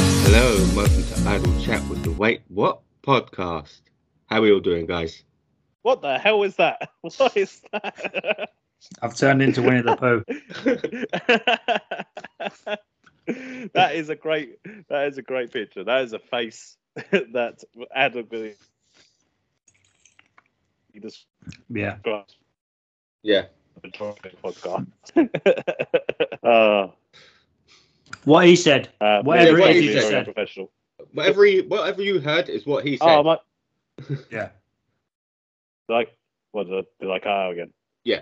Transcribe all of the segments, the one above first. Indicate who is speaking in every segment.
Speaker 1: and welcome to Idle Chat with the Wait What podcast. How are we all doing, guys?
Speaker 2: What the hell is that? What is that?
Speaker 3: I've turned into Winnie the Pooh.
Speaker 2: that is a great. That is a great picture. That is a face that adequately describes
Speaker 3: Yeah.
Speaker 1: Yeah.
Speaker 2: the podcast. uh,
Speaker 3: What he said.
Speaker 2: uh,
Speaker 3: Whatever
Speaker 2: yeah,
Speaker 1: it is
Speaker 2: very
Speaker 1: you said.
Speaker 2: Professional.
Speaker 1: Whatever he, whatever you heard is what he said.
Speaker 2: Oh, am I,
Speaker 3: Yeah.
Speaker 2: like what uh, did I, did I cut out ah, again?
Speaker 1: Yeah.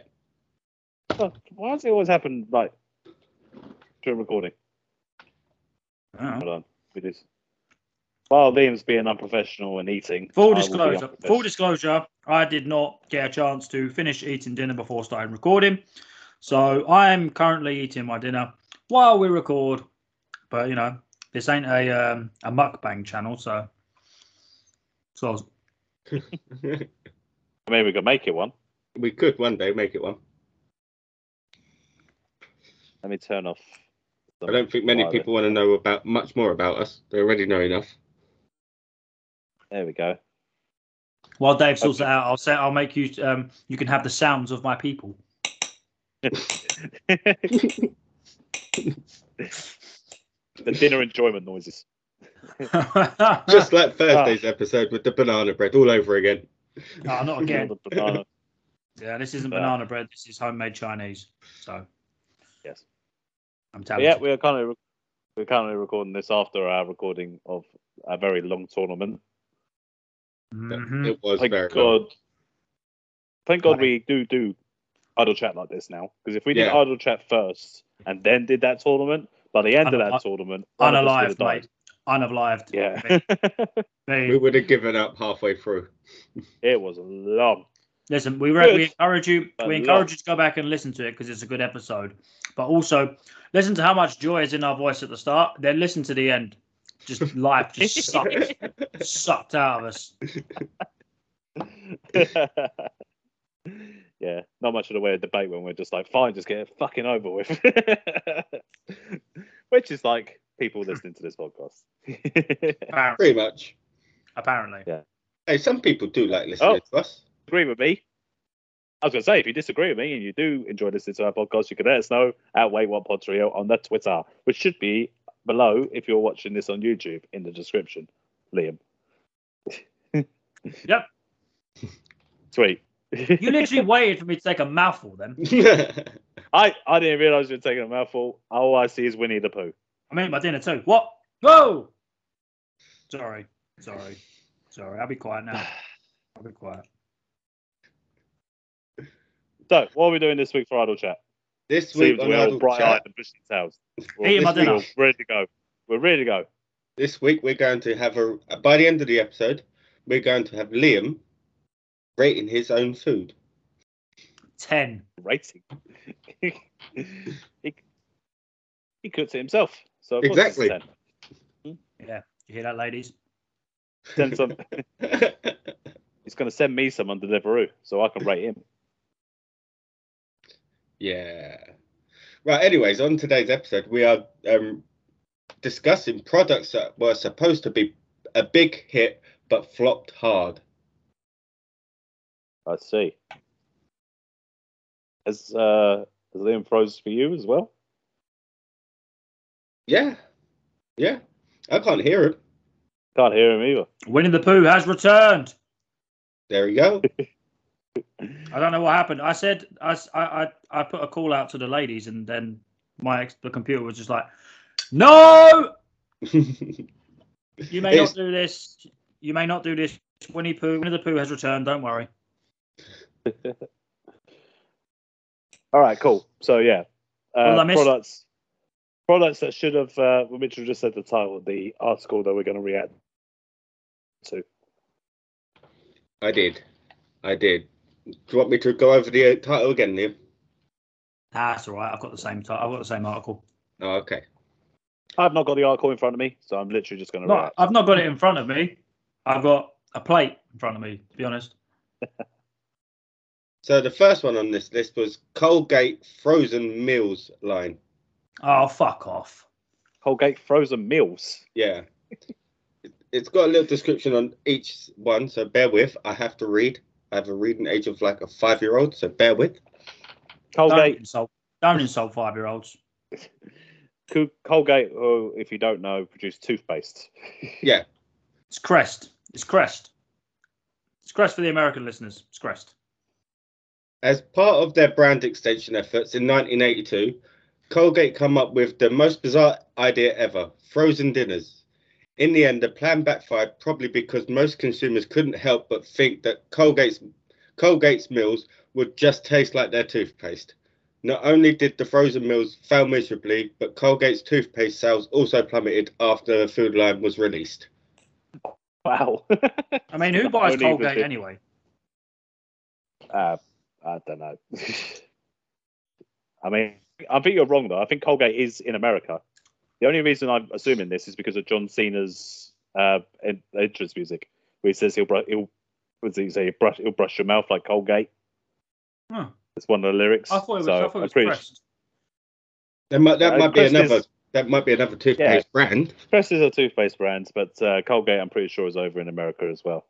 Speaker 2: Oh, why does it always happen like during recording?
Speaker 3: Oh.
Speaker 2: Hold on, we did. While Liam's being unprofessional and eating. I will
Speaker 3: Full
Speaker 2: be
Speaker 3: disclosure.
Speaker 2: unprofessional.
Speaker 3: Full disclosure. I did not get a chance to finish eating dinner before starting recording, so I am currently eating my dinner while we record. But you know, this ain't a um, a mukbang channel, so so
Speaker 2: Maybe we could make it one.
Speaker 1: we could one day make it one.
Speaker 2: Let me turn off. the-
Speaker 1: I don't think many
Speaker 2: Right,
Speaker 1: people want to know about much more about us. They already know enough.
Speaker 2: There we go.
Speaker 3: while Dave sorts it out, I'll say I'll make you um you can have the sounds of my people.
Speaker 2: the dinner enjoyment noises.
Speaker 1: Just
Speaker 2: Ah.
Speaker 1: like Thursday's episode with the banana bread all over again.
Speaker 3: no, not again.
Speaker 2: The banana.
Speaker 3: Yeah, this isn't
Speaker 2: Uh,
Speaker 3: banana bread. This is homemade Chinese. So
Speaker 2: Yes.
Speaker 3: I'm
Speaker 2: But
Speaker 3: telling
Speaker 2: yeah, we are currently re- we're currently recording this after our recording of a very long tournament.
Speaker 3: Mm-hmm.
Speaker 1: It was
Speaker 2: Thank
Speaker 1: very
Speaker 2: Mm-hmm. God. Thank God
Speaker 3: Right.
Speaker 2: we do do idle chat like this now. Because if we did
Speaker 1: Yeah.
Speaker 2: idle chat first and then did that tournament, by the end of
Speaker 3: Unali-
Speaker 2: that tournament, one of us would have
Speaker 3: Unalived,
Speaker 2: died.
Speaker 3: mate. Unalived.
Speaker 2: Yeah,
Speaker 3: They-
Speaker 1: We would have given up halfway through.
Speaker 2: it was long.
Speaker 3: listen, we, re- we
Speaker 2: Good.
Speaker 3: encourage you.
Speaker 2: A
Speaker 3: We
Speaker 2: lot.
Speaker 3: encourage you to go back and listen to it because it's a good episode. But also, listen to how much joy is in our voice at the start. Then listen to the end. Just life just sucked, sucked out of us.
Speaker 2: yeah, not much of the way of debate when we're just like, fine, just get it fucking over with. Which is like people listening to this podcast.
Speaker 3: Apparently,
Speaker 1: Pretty much.
Speaker 3: apparently.
Speaker 1: Hey, some people do like listening to
Speaker 2: Oh.
Speaker 1: us.
Speaker 2: agree with me? I was going to say, if you disagree with me and you do enjoy listening to our podcast, you can let us know at Wait One Pod Trio on the Twitter, which should be below if you're watching this on YouTube in the description. Liam.
Speaker 3: Yep.
Speaker 2: Sweet.
Speaker 3: You literally waited for me to take a mouthful. Then
Speaker 2: I, I didn't realize you were taking a mouthful. All I see is Winnie the Pooh.
Speaker 3: I made my dinner too. What? Whoa! Sorry, sorry, sorry. I'll be quiet now. I'll be quiet.
Speaker 2: So, what are we doing this week for Idle Chat?
Speaker 1: this week
Speaker 2: Seems
Speaker 1: on
Speaker 2: we're all
Speaker 1: Idle
Speaker 2: bright eyed
Speaker 1: Chat,
Speaker 2: and bushy tails.
Speaker 3: Hey,
Speaker 2: this
Speaker 3: my
Speaker 2: week
Speaker 3: dinner.
Speaker 2: We're ready to go. We're ready to go.
Speaker 1: this week we're going to have a by the end of the episode, we're going to have Liam rating his own food.
Speaker 3: Ten.
Speaker 2: Rating. he, he cooks it himself. So of course
Speaker 1: Exactly.
Speaker 2: It's
Speaker 3: You hear that, ladies?
Speaker 2: 10. Send some, he's going to send me some on Deliveroo so I can rate him.
Speaker 1: yeah. Right, anyways, on today's episode we are um discussing products that were supposed to be a big hit but flopped hard.
Speaker 2: I see. Has, uh, has Liam froze for you as well?
Speaker 1: Yeah. Yeah. I can't hear him.
Speaker 2: Can't hear him either.
Speaker 3: Winnie the Pooh has returned.
Speaker 1: There we go.
Speaker 3: I don't know what happened. I said I, s- I- I- I put a call out to the ladies, and then my ex, the computer was just like, "No, you may
Speaker 1: It's-
Speaker 3: not do this. You may not do this." Winnie Pooh, Winnie the Pooh has returned. Don't worry.
Speaker 2: All right, cool. So yeah, uh,
Speaker 3: did I miss?
Speaker 2: products products that should have. Uh, well, Mitchell just said the title of the article that we're going to react to.
Speaker 1: I did. I did. Do you want me to go over the uh, title again, Liam?
Speaker 3: Ah, that's all right. I've got the same. T- I've got the same article.
Speaker 1: Oh, okay.
Speaker 2: I've not got the article in front of me, so I'm literally just going to
Speaker 3: No,
Speaker 2: react.
Speaker 3: I've not got it in front of me. I've got a plate in front of me. To be honest.
Speaker 1: So the first one on this list was Colgate frozen meals line.
Speaker 3: Oh, fuck off.
Speaker 2: Colgate frozen meals.
Speaker 1: Yeah, it's got a little description on each one, so bear with. I have to read. I have a reading age of like a five year old, so bear with.
Speaker 3: Don't
Speaker 2: Colgate,
Speaker 3: insult, don't insult five year olds.
Speaker 2: Co- Colgate, who, if you don't know, produced toothpaste.
Speaker 3: It's Crest. It's Crest. It's Crest for the American listeners. It's Crest.
Speaker 1: As part of their brand extension efforts in 1982, Colgate come up with the most bizarre idea ever frozen dinners. In the end, the plan backfired probably because most consumers couldn't help but think that Colgate's, Colgate's meals would just taste like their toothpaste. Not only did the frozen meals fail miserably, but Colgate's toothpaste sales also plummeted after the food line was released.
Speaker 2: Wow.
Speaker 3: I mean, who buys
Speaker 2: Only with
Speaker 3: Colgate
Speaker 2: it.
Speaker 3: anyway?
Speaker 2: uh, I don't know. I mean, I think you're wrong though. I think Colgate is in America. The only reason I'm assuming this is because of John Cena's uh, en- entrance music, where he says he'll br- he'll what does he say? He'll brush, he'll brush your mouth like Colgate.
Speaker 3: Huh.
Speaker 2: It's one of the lyrics.
Speaker 3: I thought it was,
Speaker 2: so
Speaker 3: I thought it
Speaker 2: I'm
Speaker 3: was
Speaker 2: pretty
Speaker 3: Crest.
Speaker 1: That might, that
Speaker 2: Uh,
Speaker 1: might be
Speaker 2: Chris is-
Speaker 1: another. That might be another toothpaste brand.
Speaker 2: Crest is a toothpaste brand, but uh, Colgate, I'm pretty sure, is over in America as well.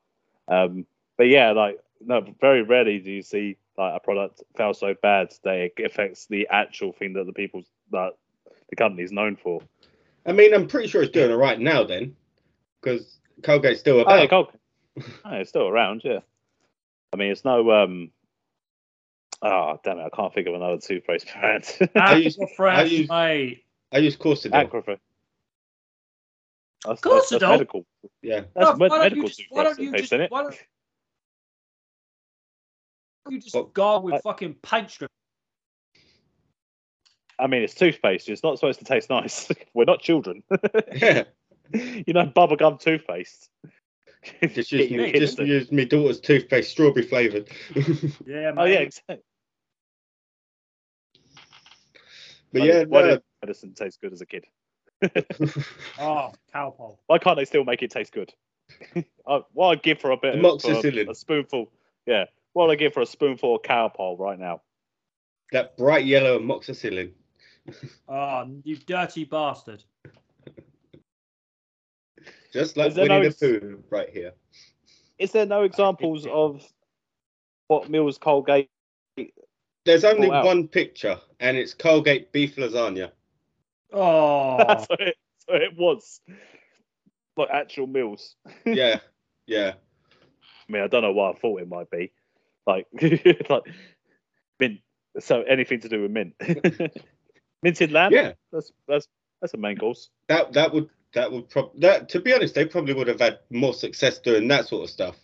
Speaker 2: Um, but yeah, like no, very rarely do you see like a product fail so bad that it affects the actual thing that the people that the company's known for.
Speaker 1: I mean, I'm pretty sure it's doing all right now then, because Colgate's still
Speaker 2: Oh,
Speaker 1: about.
Speaker 2: yeah, Colgate. oh, it's still around, yeah. I mean, it's no. um Oh, damn it! I can't think of another toothpaste brand.
Speaker 3: Ah,
Speaker 1: I used- I
Speaker 3: Aquafresh,
Speaker 1: used-
Speaker 3: mate.
Speaker 1: I use Corsadil.
Speaker 2: Aquafresh. That's, that's,
Speaker 3: Corsadol?
Speaker 2: that's medical.
Speaker 1: Yeah.
Speaker 2: That's
Speaker 3: Bruv,
Speaker 2: med-
Speaker 3: why don't you
Speaker 2: medical
Speaker 3: just- why don't
Speaker 2: toothpaste
Speaker 3: you
Speaker 2: toothpaste,
Speaker 3: just-
Speaker 2: isn't it?
Speaker 3: why don't- You just
Speaker 1: Well,
Speaker 3: go with
Speaker 2: I-
Speaker 3: fucking paint strip.
Speaker 2: I mean, it's toothpaste. It's not supposed to taste nice. We're not children. you know, bubblegum toothpaste.
Speaker 1: just use,
Speaker 2: Get your
Speaker 1: me,
Speaker 2: kids
Speaker 1: just
Speaker 2: to-
Speaker 1: use my daughter's toothpaste, strawberry flavored.
Speaker 3: Yeah,
Speaker 2: oh,
Speaker 3: mate.
Speaker 2: yeah, exactly.
Speaker 1: but yeah,
Speaker 2: why
Speaker 1: no,
Speaker 2: did medicine taste good as a kid?
Speaker 3: Oh, cowpole.
Speaker 2: Why can't they still make it taste good? I, what I'd give for a bit for
Speaker 1: Amoxicillin.
Speaker 2: a, a spoonful, yeah. What I'd give for a spoonful of cowpole right now.
Speaker 1: that bright yellow amoxicillin.
Speaker 3: Oh, you dirty bastard.
Speaker 1: Just like
Speaker 2: Is there
Speaker 1: Winnie
Speaker 2: no
Speaker 1: the
Speaker 2: ex-
Speaker 1: Pooh right here.
Speaker 2: Is there no examples of what meals Colgate?
Speaker 1: There's only
Speaker 2: Oh, wow.
Speaker 1: one picture, and it's Colgate beef lasagna. Ah.
Speaker 3: Oh,
Speaker 2: so, it, so it was like actual meals.
Speaker 1: Yeah, yeah.
Speaker 2: I mean, I don't know what I thought it might be. Like, like mint. So anything to do with mint, minted lamb.
Speaker 1: Yeah,
Speaker 2: that's that's that's a main course.
Speaker 1: that that would that would probably that. To be honest, they probably would have had more success doing that sort of stuff.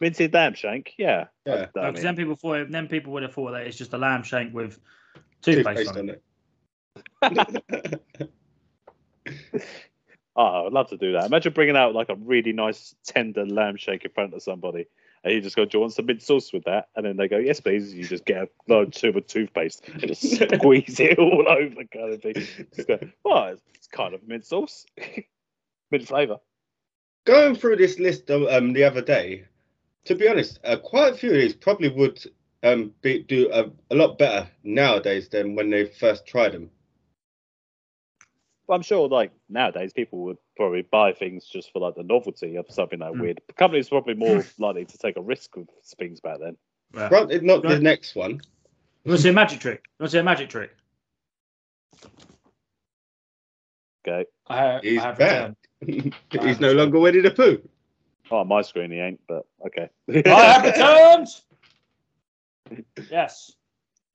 Speaker 2: Minted lamb shank. Yeah.
Speaker 1: Yeah.
Speaker 2: That's- I
Speaker 3: because
Speaker 2: mean,
Speaker 3: then people thought then people would have thought that it's just a lamb shank with toothpaste,
Speaker 1: Toothpaste
Speaker 3: on it.
Speaker 1: on it.
Speaker 2: Oh, I'd love to do that. Imagine bringing out like a really nice tender lamb shank in front of somebody, and you just go, "Do you want some mint sauce with that?" And then they go, "Yes, please." You just get a large tube of toothpaste and just squeeze it all over, kind of thing. Just go, "Well, it's, it's kind of mint sauce, mint flavour."
Speaker 1: going through this list um, um, the other day, to be honest, uh, quite a few of these probably would um, be, do a, a lot better nowadays than when they first tried them.
Speaker 2: But I'm sure, like nowadays, people would probably buy things just for like the novelty of something like
Speaker 3: Mm.
Speaker 2: weird. Companies were probably more likely to take a risk with things back then.
Speaker 3: Yeah.
Speaker 1: Granted, not the
Speaker 3: Right.
Speaker 1: next one.
Speaker 3: You want to see a magic trick? You want to see a magic trick?
Speaker 2: Okay.
Speaker 3: I have,
Speaker 1: He's
Speaker 3: I have
Speaker 1: back.
Speaker 3: returned.
Speaker 1: He's no longer Winnie the Pooh.
Speaker 2: Oh, on my screen he ain't, but okay.
Speaker 3: I have returned. yes.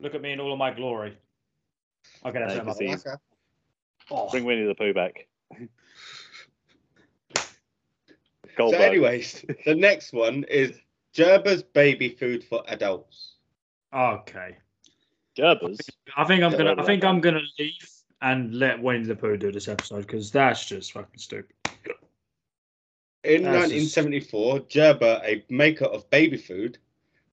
Speaker 3: Look at me in all of my glory. Okay, that's
Speaker 2: Yeah,
Speaker 3: enough.
Speaker 2: you can see.
Speaker 3: Oh,
Speaker 2: Bring Winnie the Pooh back.
Speaker 1: So,
Speaker 2: Goldberg.
Speaker 1: anyways, the next one is Gerber's baby food for adults.
Speaker 3: Okay.
Speaker 2: Gerbers.
Speaker 3: I think I'm
Speaker 2: Yeah,
Speaker 3: gonna.
Speaker 2: right,
Speaker 3: I think
Speaker 2: right.
Speaker 3: I'm gonna leave and let Wayne the Pooh do this episode because that's just fucking stupid.
Speaker 1: In
Speaker 3: That's just-
Speaker 1: 1974, Gerber, a maker of baby food,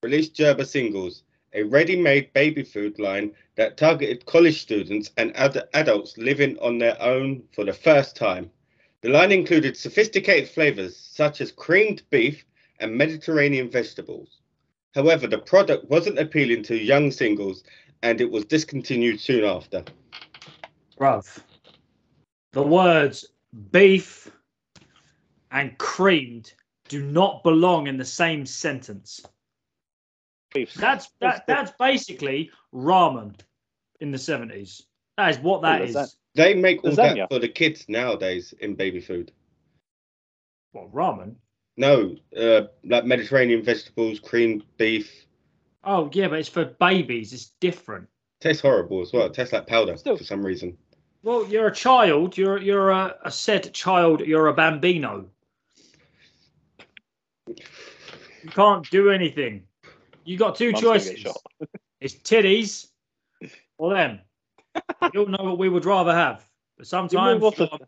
Speaker 1: released Gerber Singles, a ready made baby food line that targeted college students and other adults living on their own for the first time. The line included sophisticated flavors such as creamed beef and Mediterranean vegetables. However, the product wasn't appealing to young singles and it was discontinued soon after.
Speaker 3: Bruv. The words beef, and creamed do not belong in the same sentence.
Speaker 2: Beef.
Speaker 3: That's that, that's basically ramen in the seventies. That is what that
Speaker 2: Oh,
Speaker 3: is.
Speaker 2: that's that.
Speaker 1: They make all
Speaker 2: Lasagna.
Speaker 1: that for the kids nowadays in baby food.
Speaker 3: Well, ramen.
Speaker 1: No, uh, like Mediterranean vegetables, creamed beef.
Speaker 3: Oh yeah, but it's for babies. It's different.
Speaker 1: Tastes horrible as well. It tastes like powder
Speaker 2: Still-
Speaker 1: for some reason.
Speaker 3: Well, you're a child. You're you're a, a said child. You're a bambino. You can't do anything. You got two
Speaker 2: Mum's gonna get
Speaker 3: choices.
Speaker 2: shot.
Speaker 3: It's titties or them. you all know what we would rather have. But
Speaker 2: You move
Speaker 3: sometimes,
Speaker 2: off the-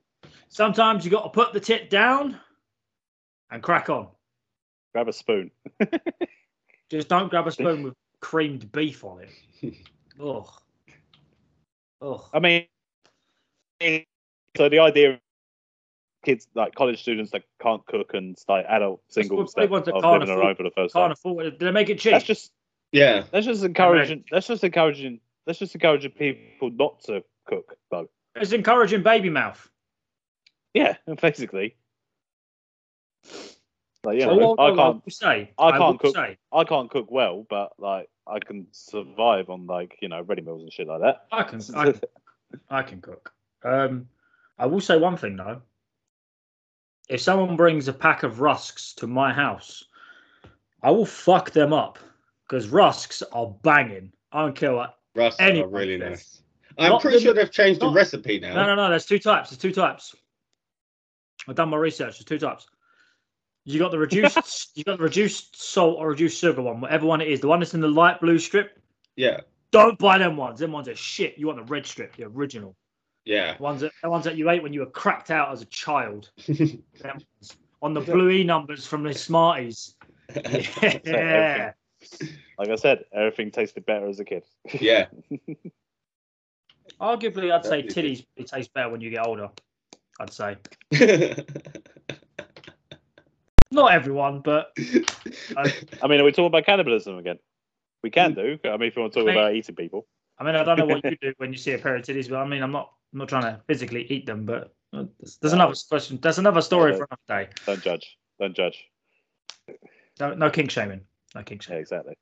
Speaker 3: sometimes you got to put the tit down and crack on.
Speaker 2: grab a spoon.
Speaker 3: Just don't grab a spoon with creamed beef on it. Ugh. Ugh.
Speaker 2: I mean, so the idea of kids like college students that can't cook and like adult singles
Speaker 3: probably
Speaker 2: that
Speaker 3: ones that
Speaker 2: are
Speaker 3: can't
Speaker 2: living their
Speaker 3: afford-
Speaker 2: own for the first
Speaker 3: Can't
Speaker 2: time.
Speaker 3: afford it. Did they make it cheap?
Speaker 2: That's just
Speaker 1: Yeah,
Speaker 2: that's just encouraging. That's just encouraging. That's just encouraging people not to cook though.
Speaker 3: It's encouraging baby mouth.
Speaker 2: Yeah, basically. Like, you
Speaker 3: So
Speaker 2: know,
Speaker 3: what
Speaker 2: I
Speaker 3: will
Speaker 2: can't.
Speaker 3: say,
Speaker 2: I can't
Speaker 3: will
Speaker 2: cook.
Speaker 3: Say,
Speaker 2: I can't cook well, but like I can survive on like you know ready meals and shit like that.
Speaker 3: I can. I, can- I can cook. Um, I will say one thing though. If someone brings a pack of rusks to my house, I will fuck them up because rusks are banging. I don't care what.
Speaker 1: rusks
Speaker 3: Any-
Speaker 1: are really nice. I'm
Speaker 3: Not
Speaker 1: pretty
Speaker 3: the-
Speaker 1: sure they've changed
Speaker 3: not-
Speaker 1: the recipe now.
Speaker 3: No, no, no. There's two types. There's two types. I've done my research. There's two types. You got the reduced. you got the reduced salt or reduced sugar one, whatever one it is. The one that's in the light blue strip.
Speaker 1: Yeah,
Speaker 3: Don't buy them ones. Them ones are shit. You want the red strip, the original.
Speaker 1: yeah.
Speaker 3: The ones that the ones that you ate when you were cracked out as a child. Them ones. On the
Speaker 2: Yeah.
Speaker 3: bluey numbers from the Smarties. Yeah.
Speaker 2: Like I said, everything tasted better as a kid.
Speaker 1: yeah,
Speaker 3: Arguably, I'd say
Speaker 1: That is
Speaker 3: titties it tastes better when you get older. I'd say not everyone, but
Speaker 2: I mean, are we talking about cannibalism again? We can do. I mean, if you want to talk
Speaker 3: Mate.
Speaker 2: about eating people,
Speaker 3: I mean, I don't know what you do when you see a pair of titties. But I mean, I'm not I'm not trying to physically eat them, but uh, there's, there's another question. That's another story for another day.
Speaker 2: don't judge. Don't judge.
Speaker 3: No, no kink shaming. No kink
Speaker 2: Yeah,
Speaker 3: shaming.
Speaker 2: exactly.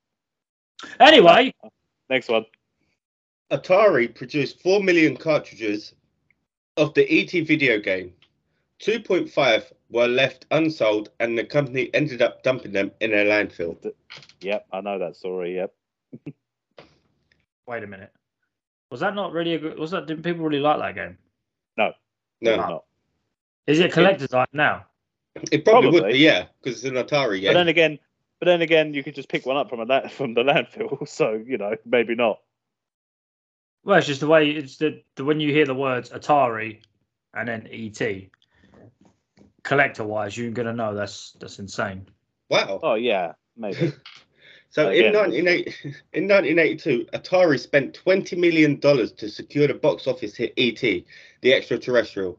Speaker 3: Anyway,
Speaker 2: Next one.
Speaker 1: Atari produced 4 million cartridges of the ET video game. 2.5 were left unsold, and the company ended up dumping them in a landfill.
Speaker 2: Yep, I know that story. Yep.
Speaker 3: wait a minute. Was that not really a good? Was that didn't people really like that game?
Speaker 1: No,
Speaker 2: Not.
Speaker 3: Is it a collector's item now?
Speaker 1: it probably, would
Speaker 2: Probably.
Speaker 1: be, yeah, because it's an Atari
Speaker 2: But
Speaker 1: game.
Speaker 2: then again, but then again, you could just pick one up from a la- from the landfill. So you know, maybe not.
Speaker 3: Well, it's just the way it's the, the when you hear the words Atari and then ET, collector wise, you're gonna know that's that's insane.
Speaker 1: Wow.
Speaker 2: Oh yeah, maybe.
Speaker 1: So in,
Speaker 2: Again.
Speaker 1: 1980, in 1982, Atari spent $20 million to secure the box office hit E.T., the extraterrestrial.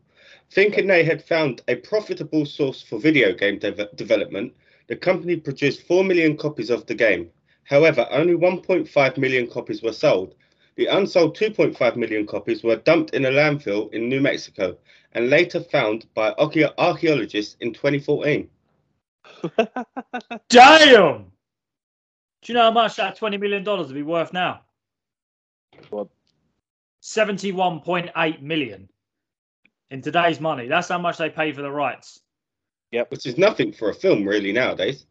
Speaker 1: Thinking they had found a profitable source for video game dev- development, the company produced 4 million copies of the game. However, only 1.5 million copies were sold. The unsold 2.5 million copies were dumped in a landfill in New Mexico and later found by archae- archaeologists in 2014.
Speaker 3: Damn! Do you know how much that twenty million dollars would be worth now?
Speaker 2: What?
Speaker 3: Seventy-one point eight million in today's money. That's how much they pay for the rights.
Speaker 1: Which is nothing for a film, really, nowadays.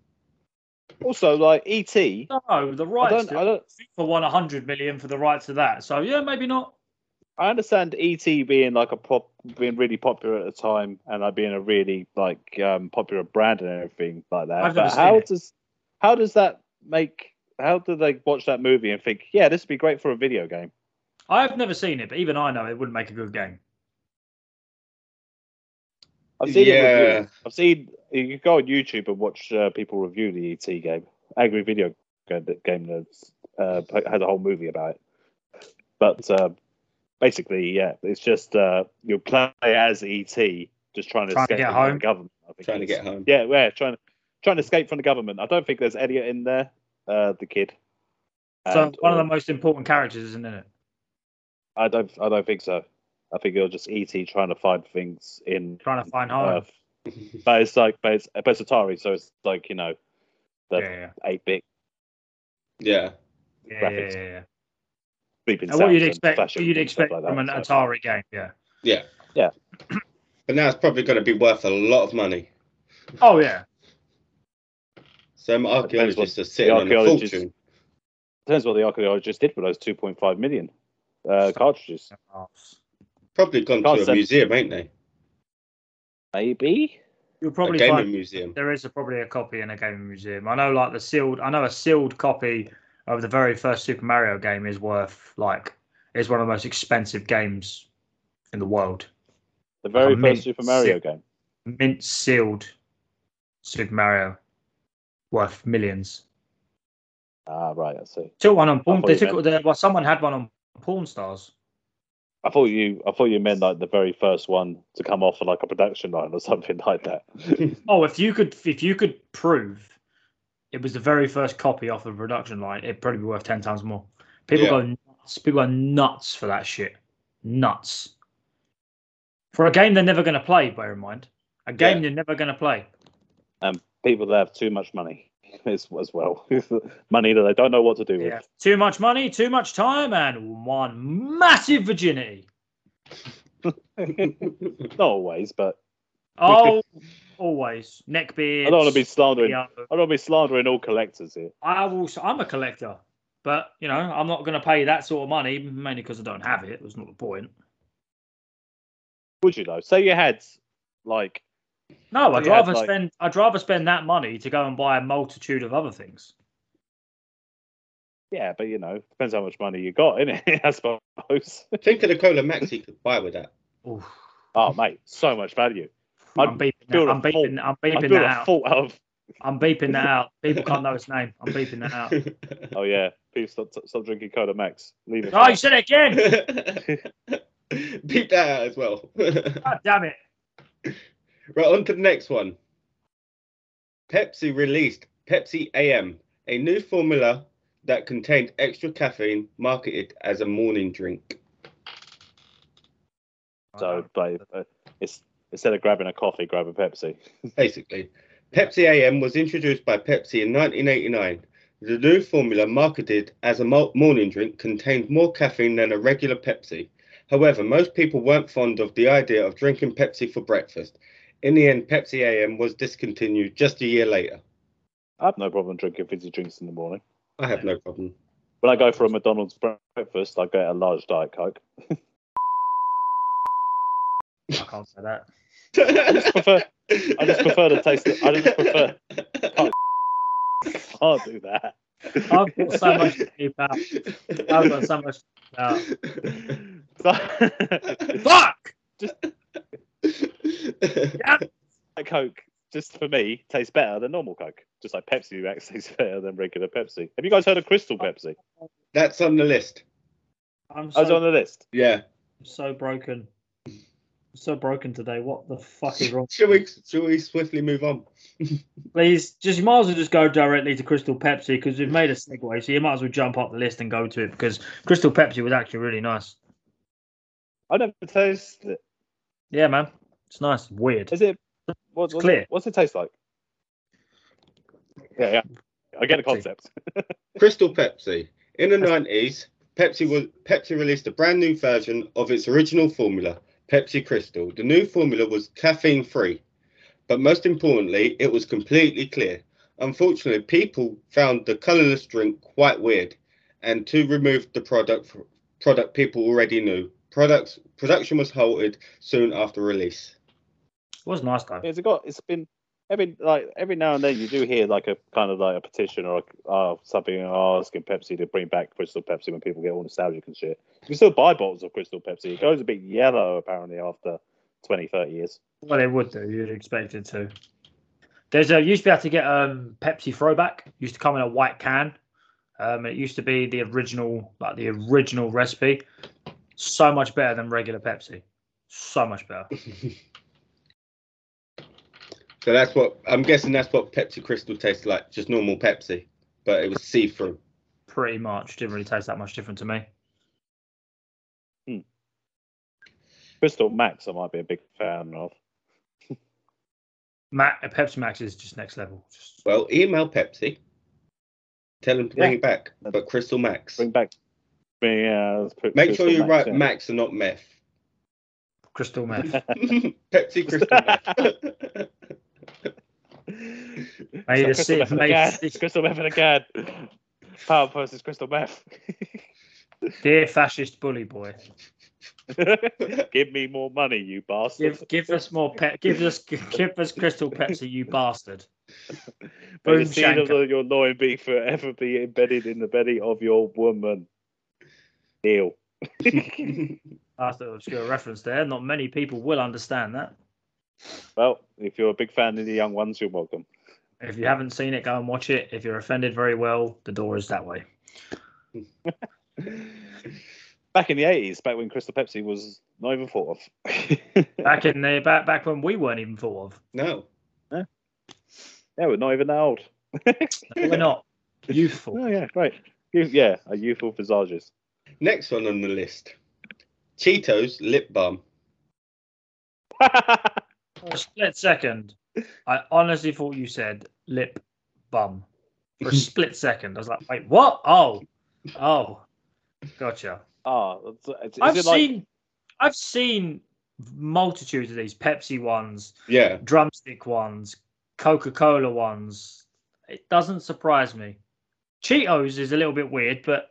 Speaker 2: also, like ET. I
Speaker 3: No, the rights
Speaker 2: don't.
Speaker 3: to,
Speaker 2: I don't.
Speaker 3: for one hundred million for the rights to that. So yeah, maybe not.
Speaker 2: I understand ET being like a pop, being really popular at the time, and like being a really like um, popular brand and everything like that.
Speaker 3: I've never
Speaker 2: but
Speaker 3: seen
Speaker 2: how
Speaker 3: it.
Speaker 2: does how does that make? How do they watch that movie and think, yeah, this would be great for a video game?
Speaker 3: I've never seen it, but even I know it wouldn't make a good game.
Speaker 2: I've seen it.
Speaker 1: Yeah.
Speaker 2: reviewed. I've seen you can go on YouTube and watch uh, people review the ET game. Angry Video Game Game Nerds uh, has a whole movie about it. But uh, basically, yeah, it's just uh, you play as ET, just trying to
Speaker 3: Trying to
Speaker 2: escape
Speaker 3: get
Speaker 2: from
Speaker 3: home.
Speaker 2: the government. I think
Speaker 1: Trying to
Speaker 2: it is.
Speaker 1: get home.
Speaker 2: Yeah, yeah, trying to trying to escape from the government. I don't think there's Elliot in there, uh, the kid.
Speaker 3: So
Speaker 2: And- uh,
Speaker 3: one of the most important characters isn't in it.
Speaker 2: I E don't. I don't think so. I think you're just ET trying to find things in Uh,
Speaker 3: Trying to find home.
Speaker 2: Earth. but it's like, but it's, but it's Atari, so it's like you know, the
Speaker 3: Yeah, yeah,
Speaker 2: eight bit
Speaker 1: yeah.
Speaker 3: yeah, yeah,
Speaker 2: graphics.
Speaker 3: yeah, yeah.
Speaker 2: beeping
Speaker 3: And what you'd
Speaker 2: sounds and
Speaker 3: expect, what
Speaker 2: flashing
Speaker 3: you'd
Speaker 2: and stuff
Speaker 3: expect
Speaker 2: like
Speaker 3: from an
Speaker 2: that, so-
Speaker 3: Atari game, yeah.
Speaker 1: But now it's probably going to be worth a lot of money.
Speaker 3: Oh yeah,
Speaker 1: Some
Speaker 2: Depends what-
Speaker 1: archaeologists are sitting on a
Speaker 2: archaeologists-
Speaker 1: fortune.
Speaker 2: Depends what the archaeologists did with those 2.5 million uh, cartridges.
Speaker 1: Probably gone
Speaker 2: Can't
Speaker 1: to a
Speaker 2: send-
Speaker 1: museum, ain't they?
Speaker 2: Maybe.
Speaker 3: you'll
Speaker 1: A
Speaker 3: probably
Speaker 1: gaming
Speaker 3: find
Speaker 1: museum.
Speaker 3: there is a, probably a copy in a gaming museum. I know, like the sealed, I know a sealed copy of the very first Super Mario game is worth like is one of the most expensive games in the world.
Speaker 2: The very
Speaker 3: I mean,
Speaker 2: first Super Mario game.
Speaker 3: mint sealed Super Mario worth millions.
Speaker 2: Ah, right, I see.
Speaker 3: Took one on porn.
Speaker 2: thought
Speaker 3: They
Speaker 2: you
Speaker 3: took it. there- Well, someone had one on Porn Stars.
Speaker 2: I thought you I thought you meant like the very first one to come off of like a production line or something like that.
Speaker 3: Oh, if you could, if you could prove it was the very first copy off the production line, it'd probably be worth ten times more. People
Speaker 1: Yeah.
Speaker 3: go nuts. People are nuts for that shit. Nuts for a game they're never going to play. Bear in mind, a game
Speaker 1: Yeah.
Speaker 3: they're never going to play.
Speaker 2: People that have too much money as, as well. money that they don't know what to do
Speaker 3: Yeah.
Speaker 2: with.
Speaker 3: Too much money, too much time, and one massive virginity.
Speaker 2: Not always, but
Speaker 3: Oh, always neck beards.
Speaker 2: I don't want to be slandering.
Speaker 3: Yeah.
Speaker 2: I don't want to be slandering all collectors here.
Speaker 3: I will. I'm a collector, but you know, I'm not going to pay that sort of money mainly because I don't have it. That's not the point.
Speaker 2: Would you though? Say you had like
Speaker 3: No, I'd
Speaker 2: Yeah,
Speaker 3: rather
Speaker 2: like-
Speaker 3: spend. I'd rather spend that money to go and buy a multitude of other things.
Speaker 2: yeah, but you know, depends how much money you got, innit? I suppose.
Speaker 1: Think of the cola max he could buy with that.
Speaker 3: Oof.
Speaker 2: Oh mate, so much value. I'd
Speaker 3: I'm beeping. That,
Speaker 2: build a
Speaker 3: I'm beeping. I'm
Speaker 2: I
Speaker 3: beeping
Speaker 2: built
Speaker 3: that
Speaker 2: a
Speaker 3: out.
Speaker 2: fault out of
Speaker 3: I'm beeping that out. People can't know his name. I'm beeping that out.
Speaker 2: Oh yeah, please stop, stop drinking Coda Max. Leave it.
Speaker 3: Oh, you said it again.
Speaker 1: Beat that out as well. right,
Speaker 3: God damn it.
Speaker 1: on to the next one. Pepsi released Pepsi AM, a new formula that contained extra caffeine marketed as a morning drink.
Speaker 2: so, but uh, it's instead of grabbing a coffee, grab a Pepsi.
Speaker 1: Basically, Pepsi AM was introduced by Pepsi in 1989. The new formula, marketed as a mo- morning drink, contained more caffeine than a regular Pepsi. However, most people weren't fond of the idea of drinking Pepsi for breakfast. In the end, Pepsi AM was discontinued just a year later.
Speaker 2: I have no problem drinking fizzy drinks in the morning.
Speaker 1: I have no problem.
Speaker 2: When I go for a McDonald's breakfast, I get a large diet coke.
Speaker 3: I can't say that.
Speaker 2: I just prefer. I just prefer the taste. Of, I just prefer. Can't do that.
Speaker 3: I've got so much to keep out. I've got so much to keep out.
Speaker 2: So-
Speaker 3: Fuck!
Speaker 2: Diet coke, just for me, tastes better than normal coke. Just like Pepsi Max tastes better than regular Pepsi. Have you guys heard of Crystal Pepsi?
Speaker 1: That's on the list.
Speaker 3: I'm
Speaker 2: I was
Speaker 3: Uh, so,
Speaker 2: on the list.
Speaker 1: Yeah.
Speaker 3: so broken. I'm so broken today. What the fuck is wrong?
Speaker 1: Shall we, shall we swiftly move on?
Speaker 3: Please, just you might as well just go directly to Crystal Pepsi because we've made a segue, so you might as well jump up the list and go to it because Crystal Pepsi was actually really nice.
Speaker 2: I never tasted it.
Speaker 3: Yeah, man, it's nice. Weird.
Speaker 2: Is it? What,
Speaker 3: It's
Speaker 2: what's,
Speaker 3: clear.
Speaker 2: It, what's it taste like? Yeah, yeah. I get the
Speaker 3: Pepsi.
Speaker 2: concept.
Speaker 1: Crystal Pepsi. In the 90s, Pepsi was Pepsi released a brand new version of its original formula, Pepsi Crystal. The new formula was caffeine free, but most importantly, it was completely clear. Unfortunately, people found the colorless drink quite weird, and to remove the product fr- product people already knew. Products production was halted soon after release.
Speaker 3: It was nice though.
Speaker 2: It's got. It's been every like every now and then you do hear like a kind of like a petition or a, uh, something asking Pepsi to bring back Crystal Pepsi when people get all nostalgic and shit. You can still buy bottles of Crystal Pepsi. It goes a bit yellow apparently after 20, 30 years.
Speaker 3: Well, it would do. You'd expect it to. There's a used to be able to get um Pepsi throwback. Used to come in a white can. Um, it used to be the original, like the original recipe. So much better than regular Pepsi. So much better.
Speaker 1: So that's what I'm guessing. That's what Pepsi Crystal tastes like, just normal Pepsi, but it was see through.
Speaker 3: Pretty much. Didn't really taste that much different to me.
Speaker 2: Crystal Max, I might be a big fan of.
Speaker 3: Mac, Pepsi Max is just next level. Just
Speaker 1: Well, email Pepsi. Tell them to bring
Speaker 2: Yeah.
Speaker 1: it back, but Crystal Max.
Speaker 2: Bring back. Bring, uh, let's put
Speaker 1: Make sure
Speaker 2: Crystal
Speaker 1: you
Speaker 2: Max
Speaker 1: write
Speaker 2: in.
Speaker 1: Max and not meth.
Speaker 3: crystal meth.
Speaker 1: Pepsi Crystal Max.
Speaker 3: Made
Speaker 2: So
Speaker 3: a
Speaker 2: crystal
Speaker 3: sit-
Speaker 2: meth
Speaker 3: made
Speaker 2: again.
Speaker 3: a
Speaker 2: It's
Speaker 3: sit-
Speaker 2: crystal meth again. Power post is crystal meth.
Speaker 3: Dear fascist bully boy,
Speaker 2: Give me more money, you bastard.
Speaker 3: give give us more pet. Give us give us crystal Pepsi, you bastard.
Speaker 2: May
Speaker 3: Boom
Speaker 2: the seed of
Speaker 3: shanker.
Speaker 2: your loin be forever be embedded in the belly of your woman. Deal.
Speaker 3: That's an obscure reference there. Not many people will understand that.
Speaker 2: Well, if you're a big fan of the young ones, you're welcome.
Speaker 3: If you haven't seen it, go and watch it. If you're offended, very well. The door is that way.
Speaker 2: Back in the 80s, back when Crystal Pepsi was not even thought of.
Speaker 3: Back in the back back when we weren't even thought of.
Speaker 1: no.
Speaker 2: Yeah, we're not even that old.
Speaker 3: We're not youthful.
Speaker 2: Oh yeah, right. You, yeah, a youthful visages.
Speaker 1: Next one on the list Cheetos lip balm.
Speaker 3: For a split second, I honestly thought you said lip bum. For a split second, I was like, wait, what? Oh, oh, gotcha.
Speaker 2: Ah, it's- it's- is
Speaker 3: I've
Speaker 2: it like-
Speaker 3: seen, I've seen multitudes of these Pepsi ones,
Speaker 1: Yeah.
Speaker 3: drumstick ones, Coca Cola ones. It doesn't surprise me. Cheetos is a little bit weird, but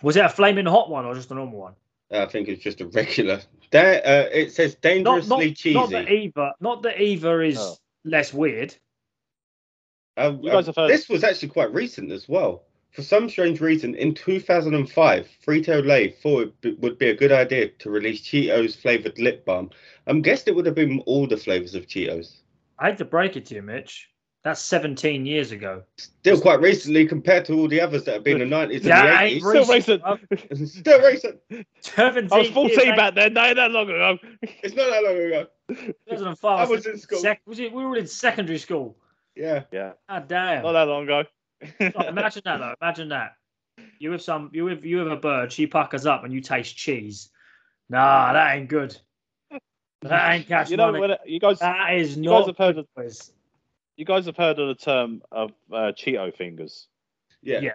Speaker 3: was it a flaming hot one or just a normal one?
Speaker 1: I think it's just a regular. That, uh, it says
Speaker 3: Not,
Speaker 1: dangerously
Speaker 3: not,
Speaker 1: cheesy.
Speaker 3: not that either. Not that either is
Speaker 2: Oh.
Speaker 3: less weird.
Speaker 1: Um,
Speaker 2: You guys
Speaker 1: um,
Speaker 2: have heard-
Speaker 1: This was actually quite recent as well. For some strange reason, in 2005, Frito Lay thought it b- would be a good idea to release Cheetos flavored lip balm. I'm guessing it would have been all the flavors of Cheetos.
Speaker 3: I had to break it to you, Mitch. That's 17 years ago.
Speaker 1: Still quite recently compared to all the others that have been in the 90s
Speaker 3: That
Speaker 1: and
Speaker 3: ain't
Speaker 1: the
Speaker 2: Still
Speaker 3: recent.
Speaker 2: racing.
Speaker 3: bruv.
Speaker 1: 80s. Still recent.
Speaker 3: 17
Speaker 2: I was 14
Speaker 3: years
Speaker 2: back then, not that long ago.
Speaker 1: It's not that long ago.
Speaker 3: 2005.
Speaker 1: I was in school.
Speaker 3: Sec- was it, we were in secondary school.
Speaker 1: Yeah.
Speaker 2: Yeah,
Speaker 3: God damn.
Speaker 2: not that long ago.
Speaker 3: Oh, imagine that, though. Imagine that. You with some, you with you with a bird. She puckers up, and you taste cheese. Nah, that ain't good. That ain't catch
Speaker 2: you know,
Speaker 3: money.
Speaker 2: when it- you guys,
Speaker 3: That is
Speaker 2: you guys
Speaker 3: not.
Speaker 2: have heard of
Speaker 3: boys.
Speaker 2: you guys have heard of the term of uh, Cheeto fingers.
Speaker 1: Yeah.
Speaker 3: Yeah.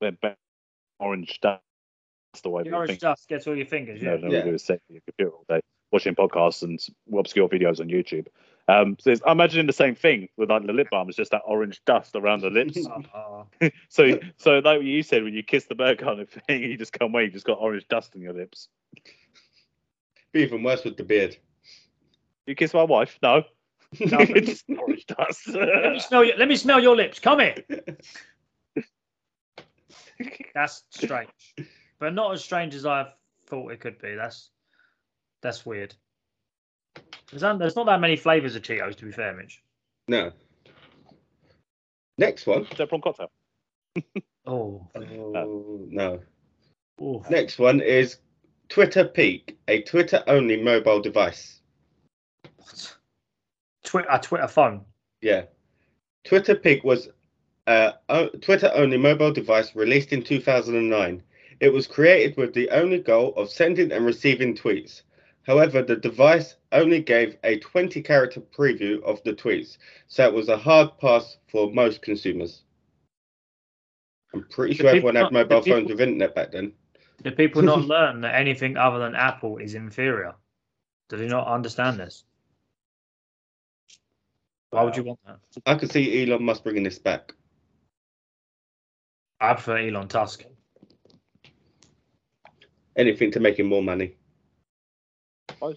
Speaker 2: They're ba- orange dust. That's the way
Speaker 3: The
Speaker 2: we
Speaker 3: orange
Speaker 2: think.
Speaker 3: dust gets all your fingers.
Speaker 2: You know,
Speaker 3: Yeah.
Speaker 2: no,
Speaker 1: Yeah.
Speaker 2: we do is sit at your computer all day watching podcasts and s- obscure videos on YouTube. Um, so it's, I'm imagining the same thing with like the lip balm. It's just that orange dust around the lips.
Speaker 3: Oh,
Speaker 2: So, so like what you said, when you kiss the bird kind of thing, you just come away, you just got orange dust on your lips.
Speaker 1: Be even worse with the beard.
Speaker 2: You kiss my wife? No,
Speaker 3: No.
Speaker 2: it's orange dust.
Speaker 3: let me smell your, let me smell your lips. Come here. That's strange, but not as strange as I thought it could be. That's that's weird. There's, un- there's not that many flavors of Cheetos, to be fair, Mitch.
Speaker 1: no. Next one.
Speaker 2: Is that prawn cocktail?
Speaker 3: Oh,
Speaker 1: Oh, no.
Speaker 3: oh.
Speaker 1: Next one is Twitter Peak, a Twitter only mobile device.
Speaker 3: What? Twitter, a Twitter phone.
Speaker 1: Yeah. Twitter Pig was a Twitter only mobile device released in 2009. It was created with the only goal of sending and receiving tweets. However, the device only gave a 20 character preview of the tweets, so it was a hard pass for most consumers. I'm pretty
Speaker 3: Did
Speaker 1: sure everyone
Speaker 3: people
Speaker 1: had
Speaker 3: not- did
Speaker 1: mobile phones
Speaker 3: people-
Speaker 1: with internet back then.
Speaker 3: Do people not learn that anything other than Apple is inferior? Do they not understand this? Why would you want that?
Speaker 1: I could see Elon Musk bringing this back.
Speaker 3: I prefer Elon Tusk.
Speaker 1: Anything to make him more money.
Speaker 2: Why,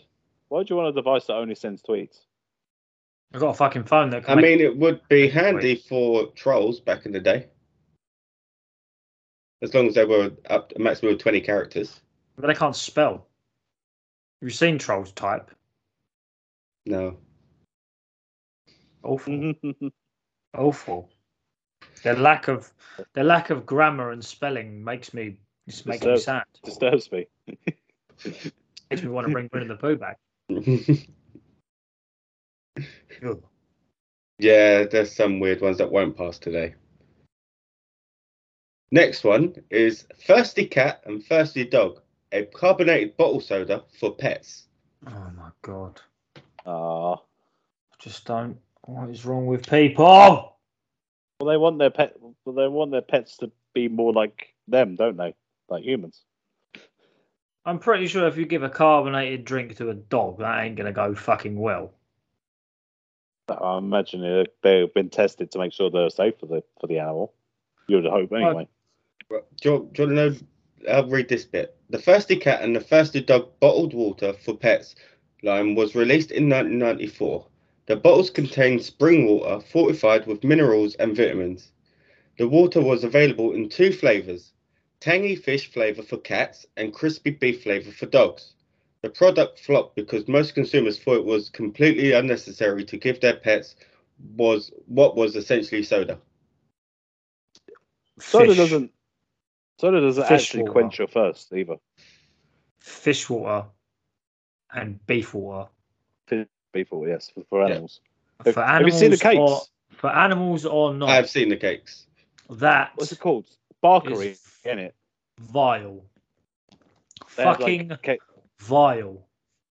Speaker 2: why do you want a device that only sends tweets?
Speaker 3: I've got a fucking phone that
Speaker 1: I
Speaker 3: can. make-
Speaker 1: mean, it would be handy for trolls back in the day, as long as they were up to a maximum of twenty characters.
Speaker 3: but I can't spell. You've seen trolls type.
Speaker 1: No,
Speaker 3: Awful.
Speaker 1: Mm-hmm.
Speaker 2: That's
Speaker 3: Awful. Their lack of their lack of grammar and spelling makes me just makes me
Speaker 2: Disturbed.
Speaker 3: sad.
Speaker 2: disturbs me.
Speaker 3: Makes me want to bring rid of the poo back. Ugh.
Speaker 1: yeah, there's some weird ones that won't pass today. Next one is thirsty cat and thirsty dog, a carbonated bottle soda for pets.
Speaker 3: Oh my god.
Speaker 2: Ah,
Speaker 3: I just don't. What is wrong with people?
Speaker 2: well, they want their pet. Well, they want their pets to be more like them, don't they? Like humans.
Speaker 3: I'm pretty sure if you give a carbonated drink to a dog, that ain't gonna go fucking well.
Speaker 2: I imagine it- they've been tested to make sure they're safe for the for the animal. You would hope anyway.
Speaker 1: Right, Do you, do you wanna know? I'll read this bit. The Thirsty Cat and the Thirsty Dog bottled water for pets line was released in 1994. The bottles contained spring water fortified with minerals and vitamins. The water was available in two flavors tangy fish flavor for cats and crispy beef flavor for dogs. The product flopped because most consumers thought it was completely unnecessary to give their pets was what was essentially soda.
Speaker 2: Soda
Speaker 3: Fish-
Speaker 2: doesn't. Soda doesn't
Speaker 3: Fish
Speaker 2: actually
Speaker 3: water.
Speaker 2: quench your thirst either.
Speaker 3: Fish water and beef water
Speaker 2: Before yes, for, for
Speaker 1: Yeah.
Speaker 2: animals. Have-
Speaker 3: for
Speaker 2: have you
Speaker 3: animals.
Speaker 2: seen the cakes?
Speaker 3: Or, for animals or not,
Speaker 1: I've seen the cakes.
Speaker 3: that
Speaker 2: What's it called? Barkery,
Speaker 3: is
Speaker 2: in it.
Speaker 3: vile.
Speaker 2: They have,
Speaker 3: Fucking
Speaker 2: like, cake,
Speaker 3: vile.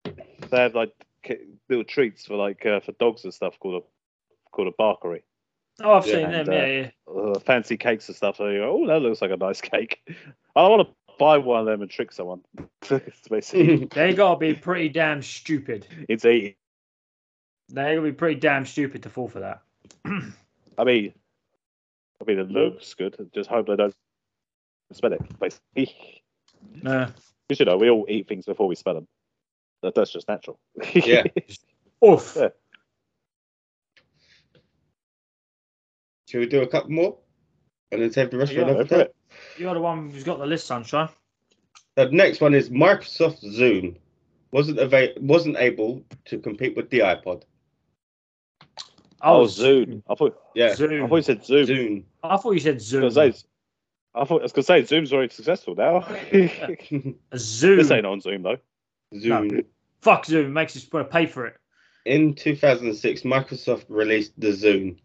Speaker 2: they have like ca- little treats for like uh, for dogs and stuff called a called a barkery.
Speaker 3: Oh, I've
Speaker 1: Yeah,
Speaker 3: seen
Speaker 2: and,
Speaker 3: them.
Speaker 2: uh,
Speaker 3: yeah, yeah.
Speaker 2: uh, fancy cakes and stuff. So you go, oh, that looks like a nice cake. I want to buy one of them and trick someone. it's basically
Speaker 3: They gotta be pretty damn stupid.
Speaker 2: it's eating.
Speaker 3: They gotta be pretty damn stupid to fall for that.
Speaker 2: I mean, I
Speaker 3: Mm.
Speaker 2: mean, it looks good. Just hope they don't smell it. Basically,
Speaker 3: No.
Speaker 2: 'Cause, you know we all eat things before we smell them. That, that's just natural.
Speaker 1: Yeah.
Speaker 3: Oof.
Speaker 2: Yeah.
Speaker 1: Should we do a couple more? And then save the rest
Speaker 3: Yeah,
Speaker 1: for another
Speaker 2: Go for
Speaker 1: time?
Speaker 2: it.
Speaker 3: You're the one who's got the list, sunshine.
Speaker 1: The next one is Microsoft Zoom wasn't ava- wasn't able to compete with the iPod.
Speaker 2: Oh, Zoom. I thought
Speaker 1: Yeah,
Speaker 3: Zoom.
Speaker 2: I thought you said Zoom.
Speaker 1: Zoom.
Speaker 3: I thought you said
Speaker 2: I
Speaker 3: Zoom.
Speaker 2: was gonna say, I thought I was gonna say Zoom's already successful now. this
Speaker 1: Zoom.
Speaker 3: Zoom.
Speaker 2: ain't on Zoom though.
Speaker 3: Fuck Zoom. Makes us want to pay for it.
Speaker 1: In 2006, Microsoft released the Zoom,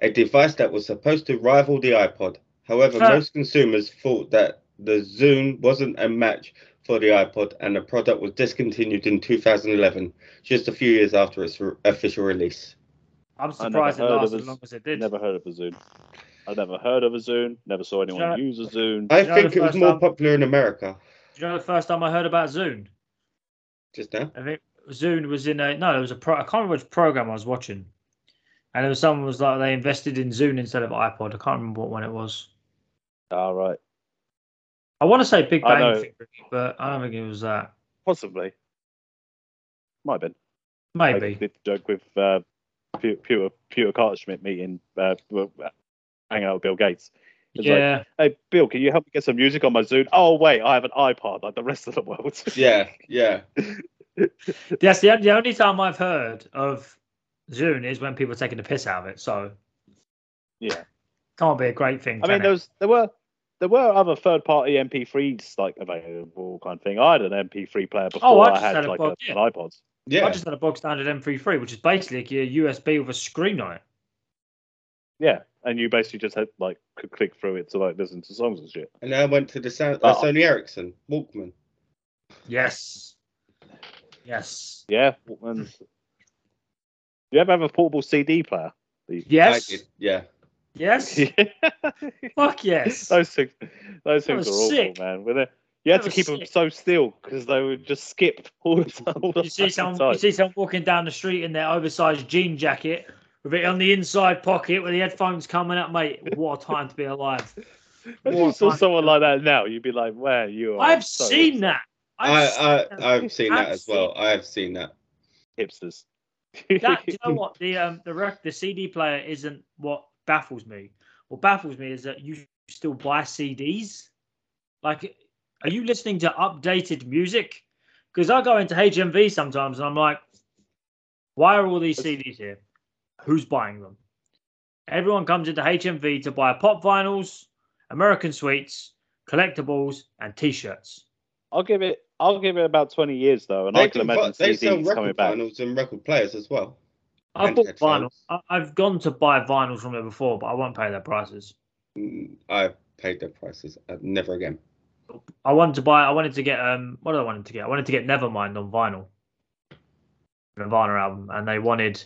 Speaker 1: a device that was supposed to rival the iPod. However,
Speaker 3: Ah.
Speaker 1: most consumers thought that the Zoom wasn't a match for the iPod, and the product was discontinued in 2011, just a few years after its re- official release.
Speaker 3: I'm
Speaker 2: never
Speaker 3: surprised it
Speaker 2: heard of
Speaker 3: lasted as
Speaker 2: a-
Speaker 3: long as it did.
Speaker 2: Never heard of a Zoom. I've never heard of a Zoom. Never saw anyone
Speaker 3: Shut-
Speaker 2: use a Zoom.
Speaker 1: I
Speaker 3: You know,
Speaker 1: think
Speaker 3: the
Speaker 1: it was
Speaker 3: first
Speaker 1: more
Speaker 3: time-
Speaker 1: popular in America
Speaker 3: Do you know the first time I heard about Zoom?
Speaker 1: just now.
Speaker 3: I think Zoom was in a no. There was a pro, I can't remember which program I was watching, and there was someone was like they invested in Zoom instead of iPod. I can't remember what one it was.
Speaker 2: All Ah, right,
Speaker 3: I want to say Big
Speaker 2: I
Speaker 3: Bang
Speaker 2: know.
Speaker 3: Theory, but I don't think it was that.
Speaker 2: possibly. Might have been. I
Speaker 3: Maybe.
Speaker 2: did joke with uh, Pu- Pure Pure Cartschmidt meeting, uh, w- w- hanging out with Bill Gates. It's like,
Speaker 3: Yeah.
Speaker 2: hey Bill, can you help me get some music on my Zoom? Oh wait, I have an iPod like the rest of the world.
Speaker 1: Yeah, yeah.
Speaker 3: That's the, the only time I've heard of Zoom is when people are taking the piss out of it. So
Speaker 2: Yeah.
Speaker 3: can't be a great thing.
Speaker 2: I
Speaker 3: can
Speaker 2: mean, there
Speaker 3: it?
Speaker 2: was there were there were other third party MP3s like available kind of thing. I had an MP3 player before
Speaker 3: Oh,
Speaker 2: I,
Speaker 3: I just
Speaker 2: had,
Speaker 3: had a
Speaker 2: like
Speaker 3: pod,
Speaker 2: a, an iPod.
Speaker 1: Yeah,
Speaker 3: I just had a bog standard MP3, which is basically a USB with a screen on it.
Speaker 2: Yeah, and you basically just had like could click through it to like listen to songs and shit.
Speaker 1: and I went to the Sa- uh,
Speaker 2: Oh.
Speaker 1: Sony Ericsson Walkman.
Speaker 3: Yes. Yes.
Speaker 2: Yeah, and
Speaker 3: Hmm.
Speaker 2: you ever have a portable CD player?
Speaker 3: Yes.
Speaker 1: I did, yeah.
Speaker 3: Yes. Fuck yes.
Speaker 2: those things, those
Speaker 3: That
Speaker 2: things are
Speaker 3: was
Speaker 2: awful,
Speaker 3: sick.
Speaker 2: man. With it, you had
Speaker 3: That
Speaker 2: to
Speaker 3: was
Speaker 2: keep them
Speaker 3: sick.
Speaker 2: so still because they would just skip all the time. All the
Speaker 3: You see
Speaker 2: fucking
Speaker 3: someone, you
Speaker 2: time.
Speaker 3: see someone walking down the street in their oversized jean jacket with it on the inside pocket with the headphones coming up, mate. What a time to be alive.
Speaker 2: If you saw
Speaker 3: Fuck.
Speaker 2: someone like that now, you'd be like, "Where you are?"
Speaker 3: I've
Speaker 2: so
Speaker 3: seen that. I've seen
Speaker 1: I, I I've seen that
Speaker 3: I've
Speaker 1: as well. I've seen that.
Speaker 2: hipsters."
Speaker 3: that, do you know what the um the rec- the CD player isn't what baffles me. What baffles me is that you still buy CDs. Like, are you listening to updated music? Because I go into HMV sometimes and I'm like, why are all these CDs here? Who's buying them? Everyone comes into HMV to buy pop vinyls, American sweets, collectibles, and T-shirts.
Speaker 2: I'll give it. I'll give it about twenty years though, and I
Speaker 1: They,
Speaker 2: can
Speaker 1: do,
Speaker 2: imagine
Speaker 1: vi- they sell
Speaker 2: CDs coming
Speaker 1: record
Speaker 2: back.
Speaker 1: vinyls and record players as well.
Speaker 3: I
Speaker 1: And
Speaker 3: bought vinyl.
Speaker 1: headphones.
Speaker 3: I- I've gone to buy vinyls from there before, but I won't pay their prices.
Speaker 1: Mm, I paid their prices. Uh, never again.
Speaker 3: I wanted to buy. I wanted to get um. What did I wanted to get? I wanted to get Nevermind on vinyl. Nirvana album, and they wanted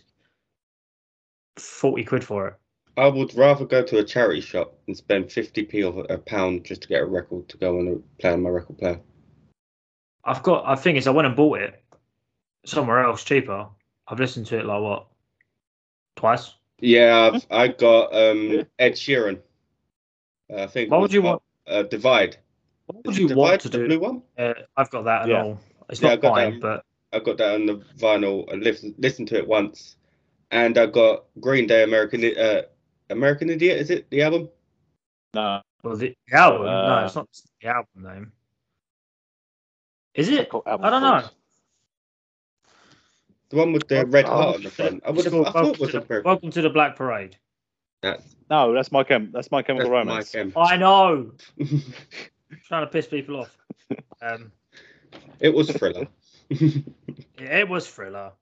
Speaker 3: forty quid for it.
Speaker 1: I would rather go to a charity shop and spend 50p or a pound just to get a record to go on a play on my record player.
Speaker 3: I've got. I think is I went and bought it somewhere else cheaper. I've listened to it like what twice.
Speaker 1: Yeah,
Speaker 3: Hmm.
Speaker 1: I've, I got um, Ed Sheeran. I think.
Speaker 3: Why
Speaker 1: it
Speaker 3: would
Speaker 1: was
Speaker 3: you
Speaker 1: called, Uh, Divide.
Speaker 3: What would
Speaker 1: Is
Speaker 3: you
Speaker 1: it Divide,
Speaker 3: want to
Speaker 1: the
Speaker 3: do?
Speaker 1: blue one?
Speaker 3: Uh, I've got that and
Speaker 2: Yeah.
Speaker 3: all. It's
Speaker 1: Yeah, I
Speaker 3: not
Speaker 1: got that.
Speaker 3: mine, but
Speaker 1: I got that on the vinyl and listen, listened to it once, and I got Green Day American I- uh, American Idiot. Is it the album?
Speaker 2: No,
Speaker 3: well, the, the album. no,
Speaker 2: Uh,
Speaker 3: it's not the album name. Is it?
Speaker 2: called album
Speaker 3: I don't know.
Speaker 2: called-
Speaker 1: The one with the
Speaker 3: Oh,
Speaker 1: red
Speaker 3: oh,
Speaker 1: heart on the front. I
Speaker 3: it's
Speaker 1: would have.
Speaker 3: called
Speaker 1: I thought it
Speaker 3: Welcome,
Speaker 1: was
Speaker 3: to
Speaker 1: a
Speaker 3: the,
Speaker 1: perfect.
Speaker 3: Welcome to the Black Parade.
Speaker 1: That's,
Speaker 2: No, that's my chem. That's my
Speaker 1: that's
Speaker 2: chemical
Speaker 1: my
Speaker 2: romance.
Speaker 1: game.
Speaker 3: I know. trying to piss people off. Um,
Speaker 1: it was Thriller.
Speaker 3: it was Thriller.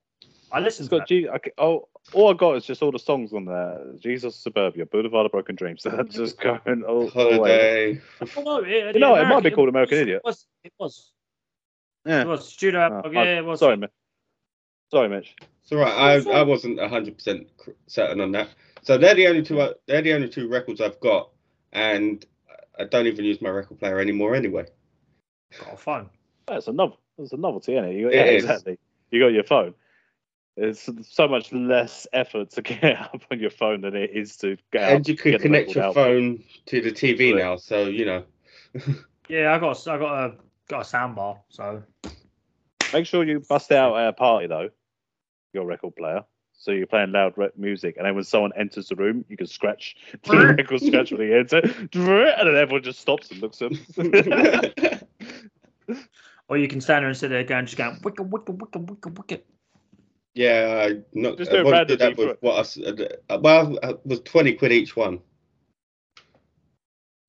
Speaker 3: I
Speaker 2: It's
Speaker 3: listened to
Speaker 2: got
Speaker 3: that.
Speaker 2: G- okay, oh, all I got is just all the songs on there. Jesus Suburbia, Boulevard of Broken Dreams. That's just going all, all the way.
Speaker 1: Holiday.
Speaker 3: Oh, no, it,
Speaker 2: You know,
Speaker 3: the
Speaker 2: it might be
Speaker 3: American-
Speaker 2: called American Idiot.
Speaker 3: It was. It was.
Speaker 2: Yeah.
Speaker 3: It was. Studio
Speaker 2: Oh,
Speaker 3: Outback,
Speaker 2: I-
Speaker 3: yeah, it was.
Speaker 2: Sorry, Mi- sorry, Mitch.
Speaker 1: It's all right. I, I wasn't hundred percent certain on that. So they're the only two. I- They're the only two records I've got, and I don't even use my record player anymore. Anyway,
Speaker 3: Got a phone.
Speaker 2: That's a novel. That's a novelty, isn't it? You got,
Speaker 1: It
Speaker 2: yeah,
Speaker 1: is.
Speaker 2: exactly. You got your phone. It's so much less effort to get up on your phone than it is to get out.
Speaker 1: and you can
Speaker 2: get the
Speaker 1: connect
Speaker 2: record
Speaker 1: your
Speaker 2: out.
Speaker 1: phone to the TV
Speaker 2: Right.
Speaker 1: now. So you know.
Speaker 3: Yeah, I got. a- I got a got a soundbar. So
Speaker 2: Make sure you bust out at a party though, your record player. So you're playing loud re- music, and then when someone enters the room, you can scratch the record scratch when they enter, and then everyone just stops and looks at them.
Speaker 3: Or you can stand there and sit there again, just going wicka wicka wicka wicka wicka.
Speaker 1: Yeah, I not
Speaker 2: Just
Speaker 1: I
Speaker 2: do it
Speaker 1: once
Speaker 2: randomly
Speaker 1: did that
Speaker 2: for
Speaker 1: with
Speaker 2: it.
Speaker 1: what I s- uh, well it was twenty quid each one,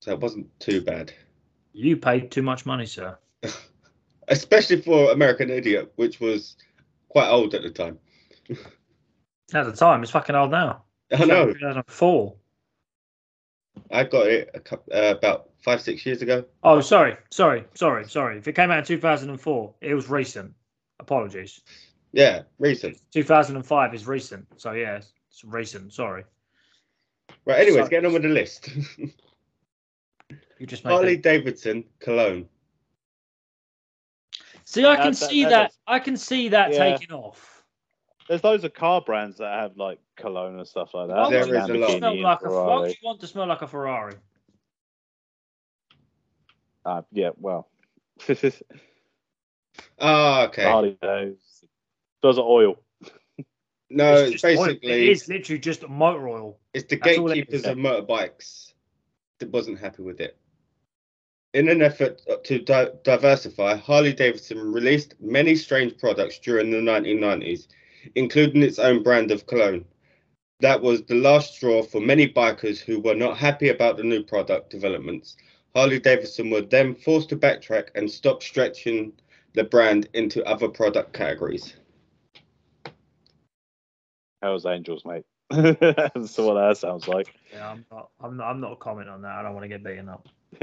Speaker 1: so it wasn't too bad,
Speaker 3: You paid too much money, sir.
Speaker 1: especially for American Idiot, which was quite old at the time.
Speaker 3: At the time, it's fucking old now.
Speaker 1: I know
Speaker 3: Two thousand four.
Speaker 1: I got it a couple, uh, about five six years ago.
Speaker 3: Oh, sorry, sorry, sorry, sorry. If it came out in two thousand and four, it was recent. Apologies.
Speaker 1: Yeah, recent.
Speaker 3: Two thousand and five is recent. So yeah, it's it's recent. Sorry.
Speaker 1: Right, anyways,
Speaker 3: So-
Speaker 1: getting on with the list.
Speaker 3: You just made.
Speaker 1: Harley
Speaker 3: that-
Speaker 1: Davidson, Cologne.
Speaker 3: See, I can
Speaker 2: That- that-
Speaker 3: see
Speaker 2: that
Speaker 3: that.
Speaker 2: does-
Speaker 3: I can see that
Speaker 2: Yeah.
Speaker 3: taking off.
Speaker 2: There's loads of car brands that have like cologne and stuff like that.
Speaker 3: Why
Speaker 1: There
Speaker 3: would you
Speaker 1: is a
Speaker 3: want to
Speaker 1: lot.
Speaker 3: smell
Speaker 2: Lamborghini,
Speaker 3: like a- why would
Speaker 2: Ferrari.
Speaker 3: you want to smell like a Ferrari?
Speaker 2: Uh, yeah, well,
Speaker 1: Ah, okay.
Speaker 2: Harley knows. Does an oil.
Speaker 1: no, it's,
Speaker 3: just oil.
Speaker 1: basically
Speaker 3: it is literally just motor oil.
Speaker 1: It's the
Speaker 3: That's all it
Speaker 1: gatekeepers
Speaker 3: is.
Speaker 1: of motorbikes that wasn't happy with it. In an effort to di- diversify, Harley Davidson released many strange products during the 1990s, including its own brand of cologne. That was the last straw for many bikers who were not happy about the new product developments. Harley Davidson were then forced to backtrack and stop stretching the brand into other product categories.
Speaker 2: Hell's Angels, mate. That's what that sounds like.
Speaker 3: Yeah, I'm not. I'm not. I'm not a comment on that. I don't want to get beaten up.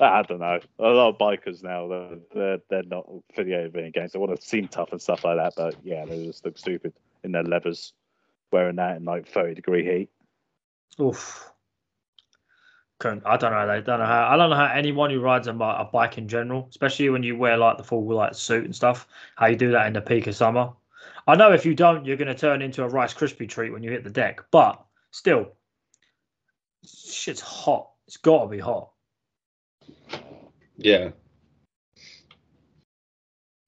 Speaker 2: I don't know. A lot of bikers now, they're, they're, they're not affiliated with any gangs. They want to seem tough and stuff like that, but yeah, they just look stupid in their leathers, wearing that in like 30 degree heat.
Speaker 3: Oof. Couldn't, I don't know. I don't know how. I don't know how anyone who rides a, mi- a bike in general, especially when you wear like the full like suit and stuff, how you do that in the peak of summer. I know if you don't, you're going to turn into a Rice Krispie treat when you hit the deck. But still, shit's hot. It's got to be hot.
Speaker 1: Yeah.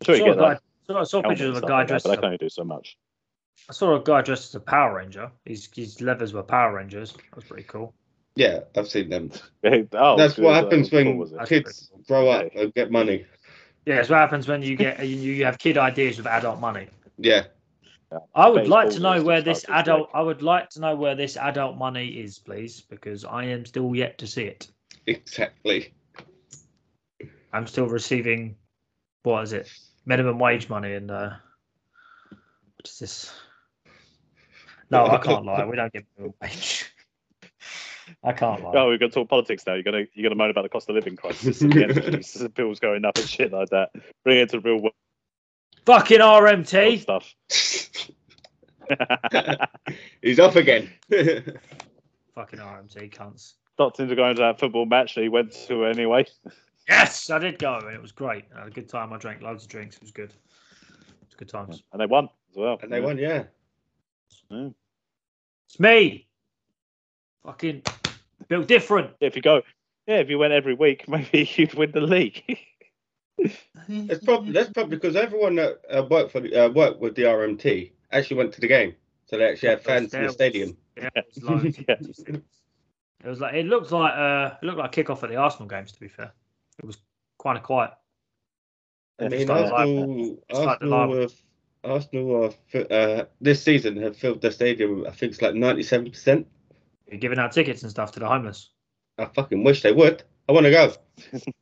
Speaker 2: Sure, you
Speaker 3: saw a
Speaker 2: get that.
Speaker 3: guy- I saw
Speaker 2: helmet
Speaker 3: pictures
Speaker 2: and
Speaker 3: of a
Speaker 2: stuff
Speaker 3: guy
Speaker 2: like that,
Speaker 3: dressed
Speaker 2: but
Speaker 3: as
Speaker 2: I
Speaker 3: a
Speaker 2: can only do so much.
Speaker 3: I saw a guy dressed as a Power Ranger. His his leathers were Power Rangers. That was pretty cool.
Speaker 1: Yeah, I've seen them.
Speaker 2: oh,
Speaker 1: That's what
Speaker 2: uh,
Speaker 1: happens when
Speaker 2: was it?
Speaker 1: kids grow up
Speaker 2: Okay.
Speaker 1: and get money.
Speaker 3: Yeah, it's what happens when you get you, you have kid ideas with adult money.
Speaker 1: Yeah.
Speaker 3: I would
Speaker 2: Baseball
Speaker 3: like to know
Speaker 2: was
Speaker 3: where
Speaker 2: the
Speaker 3: this
Speaker 2: fastest
Speaker 3: adult I would like to know where this adult money is, please, because I am still yet to see it.
Speaker 1: Exactly.
Speaker 3: I'm still receiving what is it? Minimum wage money and uh what is this? No, I can't lie. We don't get minimum wage. I can't lie.
Speaker 2: Oh, we're going to talk politics now. You're going to you're going to moan about the cost of living crisis and the energy bills going up and shit like that. Bring it to the real world.
Speaker 3: Fucking
Speaker 2: Old
Speaker 3: RMT.
Speaker 2: stuff.
Speaker 1: He's off again.
Speaker 3: Fucking RMT cunts.
Speaker 2: Not into going to that football match that he went to anyway.
Speaker 3: Yes, I did go and it was great. I had a good time. I drank loads of drinks. It was good. It was good times.
Speaker 2: And they won as well.
Speaker 1: and they won, yeah.
Speaker 3: It's me. Fucking built different.
Speaker 2: If you go, yeah, if you went every week, maybe you'd win the league.
Speaker 1: It's probably that's probably because everyone that uh, worked for the, uh, worked with the RMT actually went to the game, so they actually had fans in the stadium.
Speaker 3: Yeah, it was loads.
Speaker 2: Yeah.
Speaker 3: It was like it looked like uh it looked like kickoff at the Arsenal games. To be fair, it was quite a quiet.
Speaker 1: I
Speaker 2: Yeah,
Speaker 1: mean, uh,
Speaker 3: it's like-
Speaker 1: Arsenal,
Speaker 3: it's like the
Speaker 1: Arsenal, have, Arsenal have, fi- uh, this season have filled the stadium. I think it's like ninety-seven percent.
Speaker 3: You're giving out tickets and stuff to the homeless.
Speaker 1: I fucking wish they would. I want to go.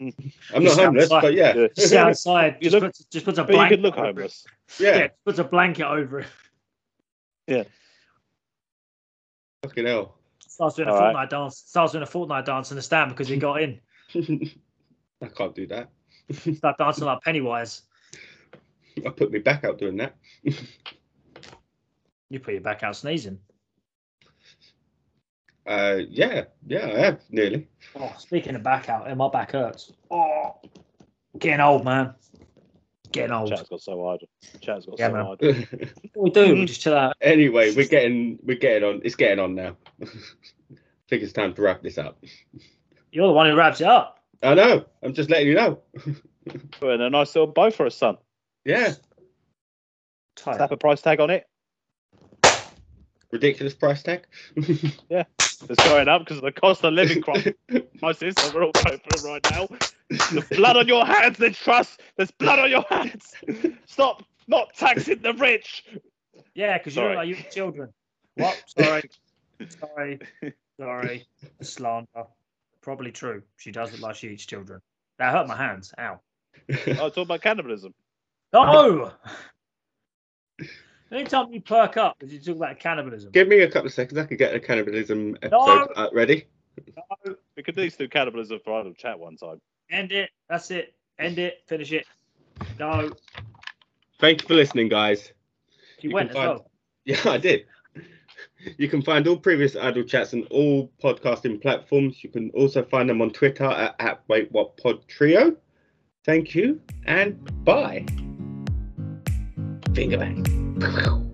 Speaker 1: I'm not
Speaker 3: Just
Speaker 1: homeless,
Speaker 3: outside.
Speaker 1: but yeah,
Speaker 2: Yeah.
Speaker 3: Just sit outside.
Speaker 2: You
Speaker 3: just,
Speaker 2: look-
Speaker 3: puts, just puts a
Speaker 2: But you
Speaker 3: blanket.
Speaker 2: could look
Speaker 3: over it.
Speaker 2: homeless.
Speaker 3: Yeah,
Speaker 1: yeah,
Speaker 3: just puts a blanket over it.
Speaker 1: fucking hell.
Speaker 3: Starts doing a
Speaker 2: All right.
Speaker 3: fortnight dance. Starts doing a fortnight dance in the stand because he got in.
Speaker 1: I can't do that.
Speaker 3: Start dancing like Pennywise.
Speaker 1: I put me back out doing that.
Speaker 3: You put your back out sneezing.
Speaker 1: Uh, yeah, yeah, I have nearly.
Speaker 3: Oh, speaking of back out, and my back hurts. Oh, getting old, man. Getting old.
Speaker 2: Chat's got so hard. Chat's got
Speaker 3: Yeah,
Speaker 2: so
Speaker 3: man.
Speaker 2: hard.
Speaker 3: What we
Speaker 2: Mm.
Speaker 3: do? We just chill out.
Speaker 1: anyway, we're getting we're getting on. It's getting on now. I think it's time to wrap this up.
Speaker 3: You're the one who wraps it up.
Speaker 1: I know. I'm just letting you know.
Speaker 2: Putting a nice little bow for a son.
Speaker 1: Yeah,
Speaker 3: Tight.
Speaker 2: Slap a price tag on it.
Speaker 1: ridiculous price tag.
Speaker 2: It's going up because of the cost of living crisis that we're all going through right now. There's blood on your hands, then trust. There's blood on your hands. Stop not taxing the rich.
Speaker 3: Yeah, because you look
Speaker 2: Sorry.
Speaker 3: like you have children. What? Sorry. Sorry. Sorry. Slander. Probably true. She does look like she eats children. That hurt my hands. Ow.
Speaker 2: I was talking about cannibalism.
Speaker 3: No! Anytime you perk up because you talk about cannibalism.
Speaker 1: Give me a couple of seconds. I can get a cannibalism
Speaker 3: No.
Speaker 1: episode uh, ready.
Speaker 2: We could at least do cannibalism for idle chat one time.
Speaker 3: End it. That's it. End it. Finish it. No.
Speaker 1: Thank you for listening, guys.
Speaker 3: She
Speaker 1: You
Speaker 3: went as
Speaker 1: can find-
Speaker 3: well.
Speaker 1: Yeah, I did. You can find all previous idle chats on all podcasting platforms. You can also find them on Twitter at, at Wait What Pod Trio. Thank you and bye. Finger bang.